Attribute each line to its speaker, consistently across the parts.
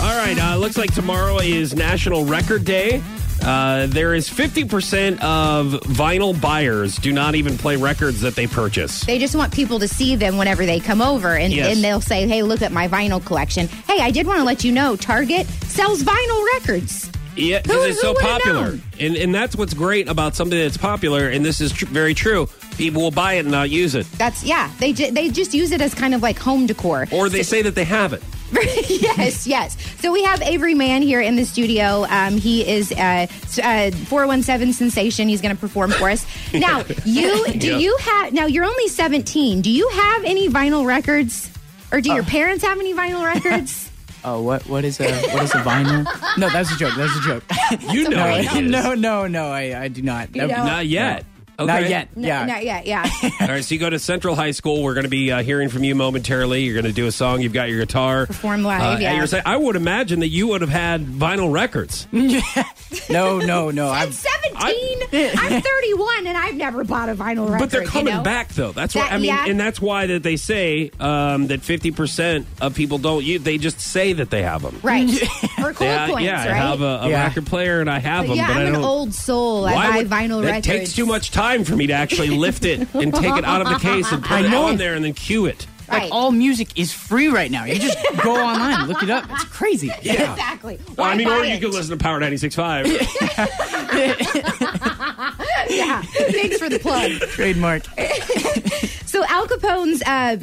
Speaker 1: All right, uh, looks like tomorrow is National Record Day. Uh, there is 50% of vinyl buyers do not even play records that they purchase.
Speaker 2: They just want people to see them whenever they come over, and,
Speaker 1: Yes.
Speaker 2: and they'll say, "Hey, look at my vinyl collection." Hey, I did want to let you know Target sells vinyl records.
Speaker 1: Yeah,
Speaker 2: Who-
Speaker 1: because it's
Speaker 2: who
Speaker 1: so
Speaker 2: would've
Speaker 1: popular.
Speaker 2: known?
Speaker 1: And, and that's what's great about something that's popular, and this is tr- very true. People will buy it and not use it.
Speaker 2: That's yeah. They ju- they just use it as kind of like home decor.
Speaker 1: Or they say that they have it.
Speaker 2: yes, yes. So we have Avery Mann here in the studio. Um, he is a, uh 417 sensation. He's going to perform for us. Now, you do
Speaker 1: Yeah.
Speaker 2: you have? Now you're only 17. Do you have any vinyl records, or do your
Speaker 1: Uh.
Speaker 2: parents have any vinyl records?
Speaker 3: Oh, what what is a what is a vinyl? no, that's a joke. That's a joke.
Speaker 1: You know it is.
Speaker 3: no, no, no. I, I do not.
Speaker 2: You
Speaker 3: That-
Speaker 2: don't?
Speaker 1: Not yet.
Speaker 3: No. Not yet.
Speaker 2: Oh. No,
Speaker 3: yeah.
Speaker 2: not yet. Yeah.
Speaker 1: All right, so you go to Central High School. We're going to be uh, hearing from you momentarily. You're going to do a song. You've got your guitar. uh,
Speaker 2: Perform live,
Speaker 1: at
Speaker 2: yeah.
Speaker 1: your side. I would imagine that you would have had vinyl records.
Speaker 3: No, no, no.
Speaker 2: I'm
Speaker 3: I've,
Speaker 2: 17. I'm 31, and I've never bought a vinyl record.
Speaker 1: But they're
Speaker 2: you
Speaker 1: coming
Speaker 2: know?
Speaker 1: back, though. That's
Speaker 2: That-
Speaker 1: why I mean,
Speaker 2: yeah.
Speaker 1: and that's why that they say um, that fifty percent of people don't. use They just say that they have them.
Speaker 2: Right. or cool
Speaker 1: They ha-
Speaker 2: coins,
Speaker 1: yeah,
Speaker 2: right?
Speaker 1: I have a, a
Speaker 3: Yeah.
Speaker 1: record player and I have them.
Speaker 2: yeah,
Speaker 1: but I
Speaker 2: I'm an
Speaker 1: don't-
Speaker 2: old soul.
Speaker 1: Why
Speaker 2: I buy
Speaker 1: would-
Speaker 2: vinyl
Speaker 1: that
Speaker 2: records.
Speaker 1: takes too much time for me to actually lift it and take it out of the case and put
Speaker 3: I
Speaker 1: it
Speaker 3: know.
Speaker 1: on there and then cue it.
Speaker 2: Right.
Speaker 3: like all music is free right now. You just go online, look it up. It's crazy.
Speaker 2: Exactly. Why
Speaker 1: I mean,
Speaker 2: buy
Speaker 1: or you
Speaker 2: it?
Speaker 1: could listen to Power 96.5.
Speaker 2: Yeah. Thanks for the plug.
Speaker 3: Trademark.
Speaker 2: So Al Capone's uh,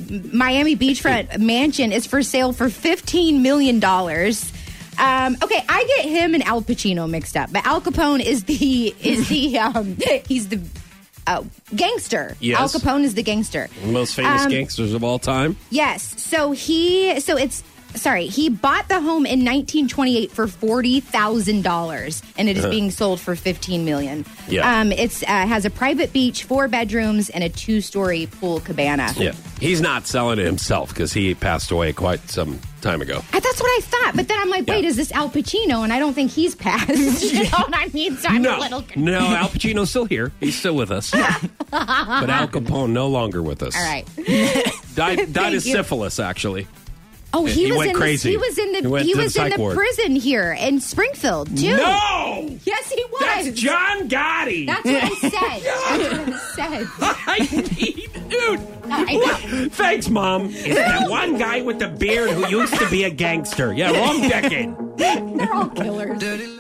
Speaker 2: Miami beachfront mansion is for sale for fifteen million dollars. Um, okay, I get him and Al Pacino mixed up, but Al Capone is the is the um, he's the uh, gangster.
Speaker 1: Yes.
Speaker 2: Al Capone is the gangster.
Speaker 1: The most famous
Speaker 2: Um,
Speaker 1: gangsters of all time.
Speaker 2: Yes. So he so it's sorry, he bought the home in 1928 for $40,000 and it is being sold for 15 million.
Speaker 1: Uh-huh. Yeah.
Speaker 2: Um it's uh, has a private beach, four bedrooms and a two-story pool cabana.
Speaker 1: Yeah. He's not selling it himself because he passed away quite some time ago.
Speaker 2: I, that's what I thought, but then I'm like, wait,
Speaker 1: Yeah.
Speaker 2: is this Al Pacino? And I don't think he's passed. you know what I mean? So I'm a little confused.
Speaker 1: no, Al Pacino's still here. He's still with us. but Al Capone no longer with us.
Speaker 2: All right.
Speaker 1: Died, died
Speaker 2: Thank
Speaker 1: of
Speaker 2: you.
Speaker 1: syphilis, actually.
Speaker 2: Oh,
Speaker 1: Yeah,
Speaker 2: he,
Speaker 1: he
Speaker 2: was
Speaker 1: went
Speaker 2: in
Speaker 1: crazy.
Speaker 2: The, he was in the
Speaker 1: He went
Speaker 2: he,
Speaker 1: to the
Speaker 2: was in
Speaker 1: psych
Speaker 2: the
Speaker 1: ward.
Speaker 2: prison here in Springfield too.
Speaker 1: No!
Speaker 2: Yes, he was.
Speaker 1: That's John Gotti.
Speaker 2: That's what I said. That's what I said.
Speaker 1: I, dude.
Speaker 2: I know.
Speaker 1: Thanks, Mom. It's that one guy with the beard who used to be a gangster. Yeah, wrong decade.
Speaker 2: They're all killers.
Speaker 4: Dirty